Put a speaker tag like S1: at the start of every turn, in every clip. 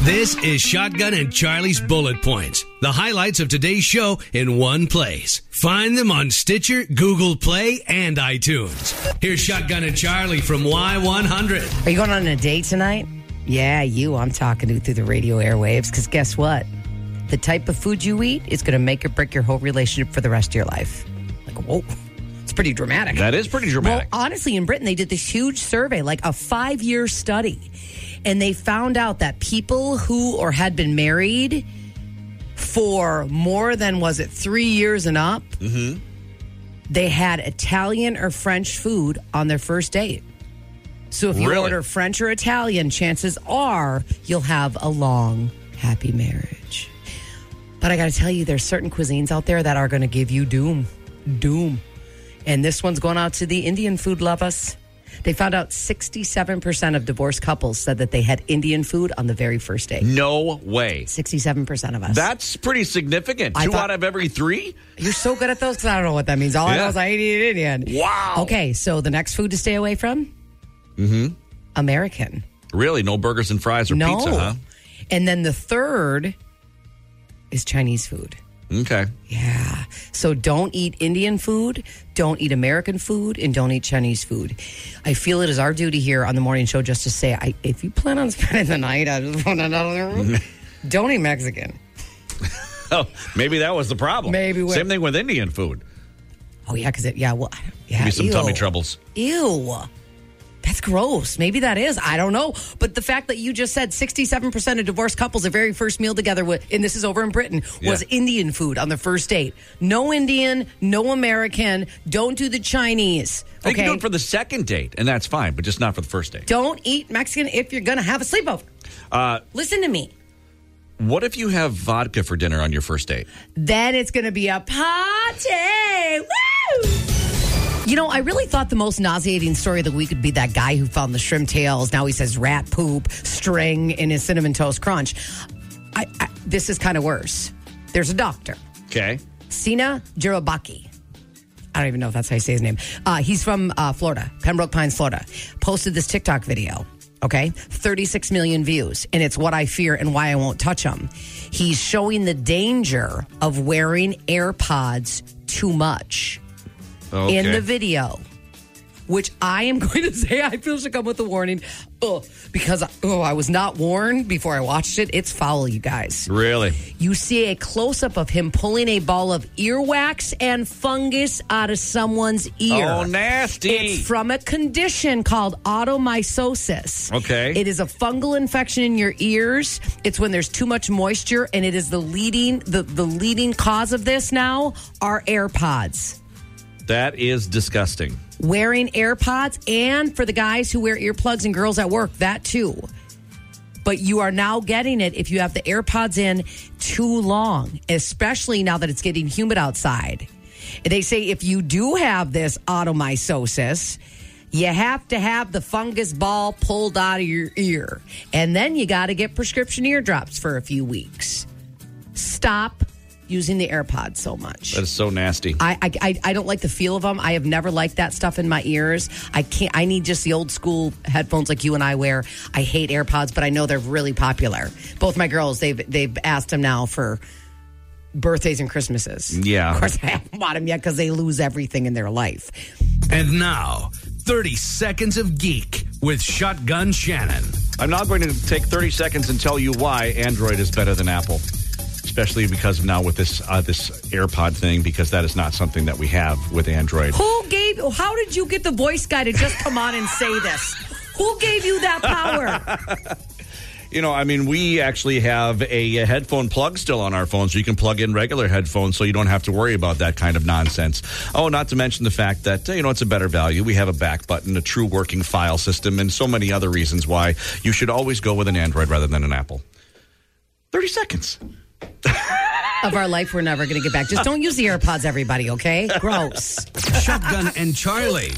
S1: This is Shotgun and Charlie's Bullet Points, the highlights of today's show in one place. Find them on Stitcher, Google Play, and iTunes. Here's Shotgun and Charlie from Y100.
S2: Are you going on a date tonight? Yeah, you. I'm talking to you through the radio airwaves because guess what? The type of food you eat is going to make or break your whole relationship for the rest of your life. Like, whoa, it's pretty dramatic.
S3: That is pretty
S2: Well,
S3: dramatic.
S2: honestly, in Britain, they did this huge survey, like a five year study, and they found out that people who or had been married for more than was it three years and up, they had Italian or French food on their first date. So if you
S3: Really?
S2: order French or Italian, chances are you'll have a long, happy marriage. But I got to tell you, there's certain cuisines out there that are going to give you doom, doom. And this one's going out to the Indian food lovers. They found out 67% of divorced couples said that they had Indian food on the very first date.
S3: no way.
S2: 67% of us.
S3: That's pretty significant.
S2: I
S3: Two
S2: thought-
S3: out of every three?
S2: You're so good at those because I don't know what that means. All I know
S3: Yeah.
S2: is I ain't eating Indian.
S3: Wow.
S2: Okay, so the next food to stay away from? Mm-hmm. American.
S3: Really? No burgers and fries or
S2: no.
S3: pizza, huh?
S2: And then the third is Chinese food.
S3: Okay.
S2: Yeah. So don't eat Indian food, don't eat American food, and don't eat Chinese food. I feel it is our duty here on the morning show just to say, I, if you plan on spending the night, I just want another room.
S3: Mm-hmm.
S2: don't eat Mexican.
S3: Oh, maybe that was the problem.
S2: Maybe we-
S3: Same thing with Indian food.
S2: Oh yeah, because it yeah well I don't- yeah
S3: Give me some
S2: ew.
S3: tummy troubles.
S2: Ew, that's gross. Maybe that is. I don't know. But the fact that you just said sixty-seven percent of divorced couples their very first meal together with, and this is over in Britain, was
S3: Yeah.
S2: Indian food on the first date. No Indian, no American. Don't do the Chinese.
S3: They
S2: Okay.
S3: can do it for the second date, and that's fine, but just not for the first date.
S2: don't eat Mexican if you're gonna have a sleepover.
S3: Uh,
S2: Listen to me.
S3: what if you have vodka for dinner on your first date?
S2: Then it's going to be a party. Woo! You know, I really thought the most nauseating story of the week would be that guy who found the shrimp tails. Now he says rat poop, string in his cinnamon toast crunch. I, I, this is kind of worse. There's a doctor,
S3: Okay.
S2: Sina Jirobaki. I don't even know if that's how you say his name. Uh, he's from uh, Florida, Pembroke Pines, Florida. Posted this TikTok video. Okay, 36 million views, and it's what I fear and why I won't touch them. He's showing the danger of wearing AirPods too much
S3: okay.
S2: in the video, which I am going to say I feel should come with a warning. Oh, because oh, I was not warned before I watched it. It's foul, you guys.
S3: Really?
S2: You see a close up of him pulling a ball of earwax and fungus out of someone's ear.
S3: Oh, nasty.
S2: It's from a condition called automycosis.
S3: Okay.
S2: It is a fungal infection in your ears. It's when there's too much moisture, and it is the leading the, the leading cause of this now are AirPods
S3: that is disgusting.
S2: wearing AirPods, and for the guys who wear earplugs and girls at work, that too. But you are now getting it if you have the AirPods in too long, especially now that it's getting humid outside. They say if you do have this automycosis, you have to have the fungus ball pulled out of your ear. And then you got to get prescription eardrops for a few weeks. Stop using the AirPods so much.
S3: That is so nasty.
S2: I, I- I I don't like the feel of them. I have never liked that stuff in my ears. I can't. I need just the old school headphones like you and I wear. I hate AirPods, but I know they're really popular. Both my girls they've they've asked them now for birthdays and Christmases.
S3: Yeah.
S2: of course I haven't bought them yet because they lose everything in their life.
S1: And now, 30 Seconds of Geek with Shotgun Shannon.
S3: I'm now going to take 30 seconds and tell you why Android is better than Apple, especially because of now with this uh, this AirPod thing, because that is not something that we have with Android.
S2: Who gave? How did you get the voice guy to just come on and say this? Who gave you that power?
S3: You know, I mean, we actually have a headphone plug still on our phones. You can plug in regular headphones, so you don't have to worry about that kind of nonsense. Oh, not to mention the fact that uh, you know it's a better value. We have a back button, a true working file system, and so many other reasons why you should always go with an Android rather than an Apple. 30 seconds.
S2: of our life, we're never going to get back. Just don't use the AirPods, everybody. Okay, gross.
S1: Shotgun and Charlie,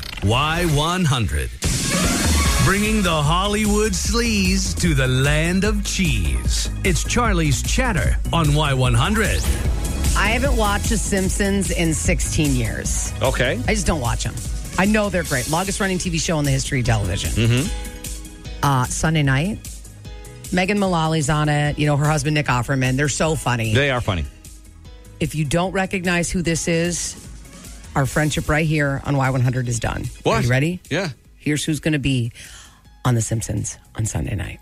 S1: Y100. Bringing the Hollywood sleaze to the land of cheese. It's Charlie's Chatter on Y100.
S2: I haven't watched The Simpsons in 16 years.
S3: Okay.
S2: I just don't watch them. I know they're
S3: Mm-hmm.
S2: great. Longest running TV show in the history of television. Uh, Sunday night, Megan Mullally's on it. You know, her husband, Nick Offerman. They're so funny.
S3: They are funny.
S2: if you don't recognize who this is, our friendship right here on Y100 is done.
S3: What?
S2: Are you ready?
S3: Yeah.
S2: Here's who's going to be on The Simpsons on Sunday night.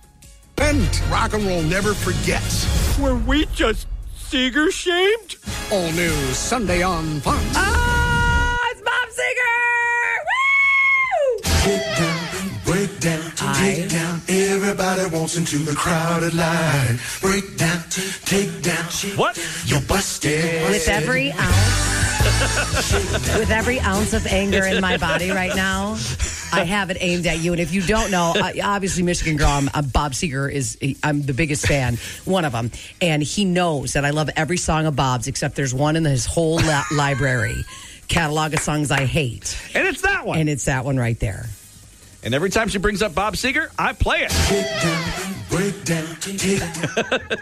S4: And rock and roll never forgets.
S5: Were we just Seeger shamed?
S4: All new Sunday on Fox.
S2: Oh, it's Bob Singer! Woo!
S6: Get down, break down,
S2: I-
S6: take down. Everybody wants into the crowded line. Break down, take down.
S3: What?
S6: You're busted.
S2: With every ounce, with every ounce of anger in my body right now, I have it aimed at you. And if you don't know, I- obviously Michigan girl, I'm, I'm Bob Seger is I'm the biggest fan, one of them, and he knows that I love every song of Bob's except there's one in his whole la- library catalog of songs I hate,
S3: And it's that one.
S2: and
S3: And,
S2: it's that one right there.
S3: every time she brings up Bob Seger, I play it.
S6: Get down, break down, take down.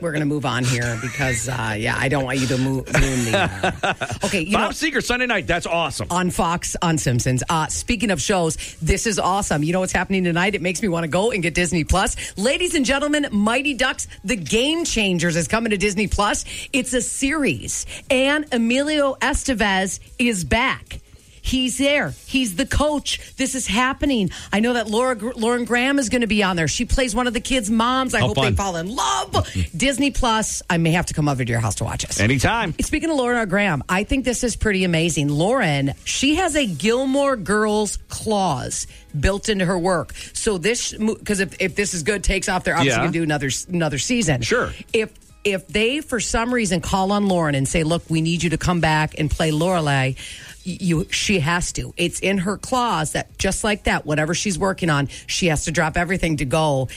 S2: We're gonna move on here because uh, yeah, I don't want you to move. ruin the, uh, okay, you know,
S3: Bob Seger Sunday night. That's awesome.
S2: on Fox on Simpsons. Uh, speaking of shows, this is awesome. You know what's happening tonight? It makes me want to go and get Disney Plus. Ladies and gentlemen, Mighty Ducks: The Game Changers is coming to Disney Plus. It's a series, and Emilio Estevez is back. He's there. He's the coach. This is happening. I know that Laura Lauren Graham is going to be on there. She plays one of the kids' moms. I
S3: How
S2: hope
S3: fun.
S2: they fall in love. Disney Plus. I may have to come over to your house to watch us.
S3: Anytime.
S2: Speaking of Lauren Graham, I think this is pretty amazing. Lauren, she has a Gilmore Girls clause built into her work. So this, because if, if this is good, takes off, they're obviously
S3: Yeah.
S2: going to do another another season.
S3: Sure.
S2: If if they for some reason call on Lauren and say, "Look, we need you to come back and play Lorelai," you she has to. It's in her clause that just like that, whatever she's working on, she has to drop everything to go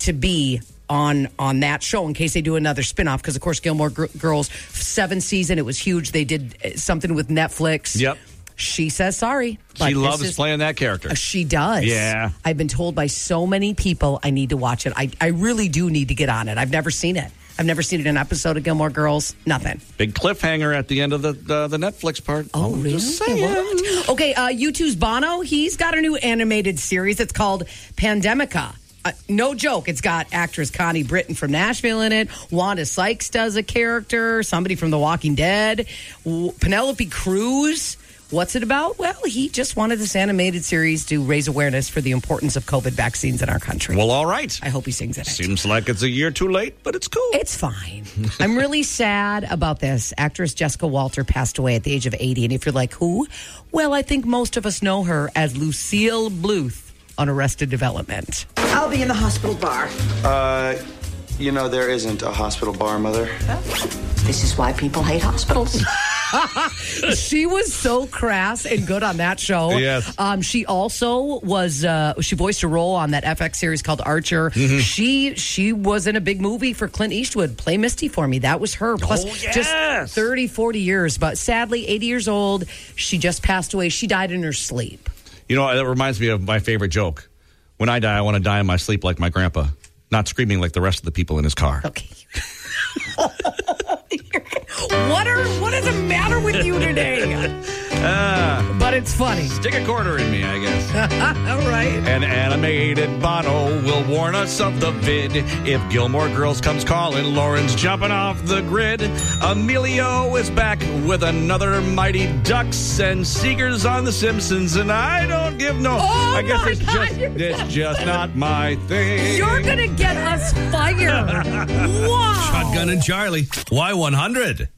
S2: to be on on that show in case they do another spinoff. Because of course, Gilmore Gr- Girls seven season, it was huge. They did uh, something with Netflix.
S3: Yep.
S2: She says sorry. but
S3: she
S2: this
S3: loves
S2: is-
S3: playing that character.
S2: Uh, she does.
S3: Yeah.
S2: I've been told by so many people I need to watch it. I, I really do need to get on it. I've never seen it. I've never seen it in an episode of Gilmore Girls. Nothing.
S3: Big cliffhanger at the end of the the, the Netflix part. I'm Just saying.
S2: Oh, What? Okay, uh, U2's Bono, he's got a new animated series. It's called Pandemica. Uh, no joke, it's got actress Connie Britton from Nashville in it. Wanda Sykes does a character, somebody from The Walking Dead, W- Penelope Cruz. What's it about? Well, he just wanted this animated series to raise awareness for the importance of COVID vaccines in our country.
S3: Well, all right.
S2: I hope he sings it.
S3: Seems like it's a year too late, but it's cool.
S2: It's fine. I'm really sad about this. Actress Jessica Walter passed away at the age of 80. And if you're like, who? Well, I think most of us know her as Lucille Bluth on Arrested Development.
S7: I'll be in the hospital bar.
S8: Uh, you know, there isn't a hospital bar, Mother.
S7: This is why people hate hospitals.
S2: she was so crass and good on that show.
S3: Yes.
S2: Um, she also was. Uh, she voiced a role on that FX series called Archer.
S3: Mm-hmm.
S2: She she was in a big movie for Clint Eastwood. Play Misty for me. That was her. Plus,
S3: Oh, yes.
S2: just 30, 40 years. But sadly, eighty years old. She just passed away. She died in her sleep.
S3: You know, that reminds me of my favorite joke. When I die, I want to die in my sleep like my grandpa, not screaming like the rest of the people in his car.
S2: Okay. what are what is the matter with you today? but it's funny.
S3: Stick a quarter in me, I guess.
S2: Ah. All right.
S3: An animated Bono will warn us of the vid. If Gilmore Girls comes calling, Lauren's jumping off the grid. Emilio is back with another Mighty Ducks and Seekers on The Simpsons, and I don't give no.
S2: Oh,
S3: I guess
S2: my
S3: it's
S2: God,
S3: just
S2: you're-
S3: it's just not my thing.
S2: You're gonna get us fired. Wow.
S1: Shotgun and Charlie. Y100.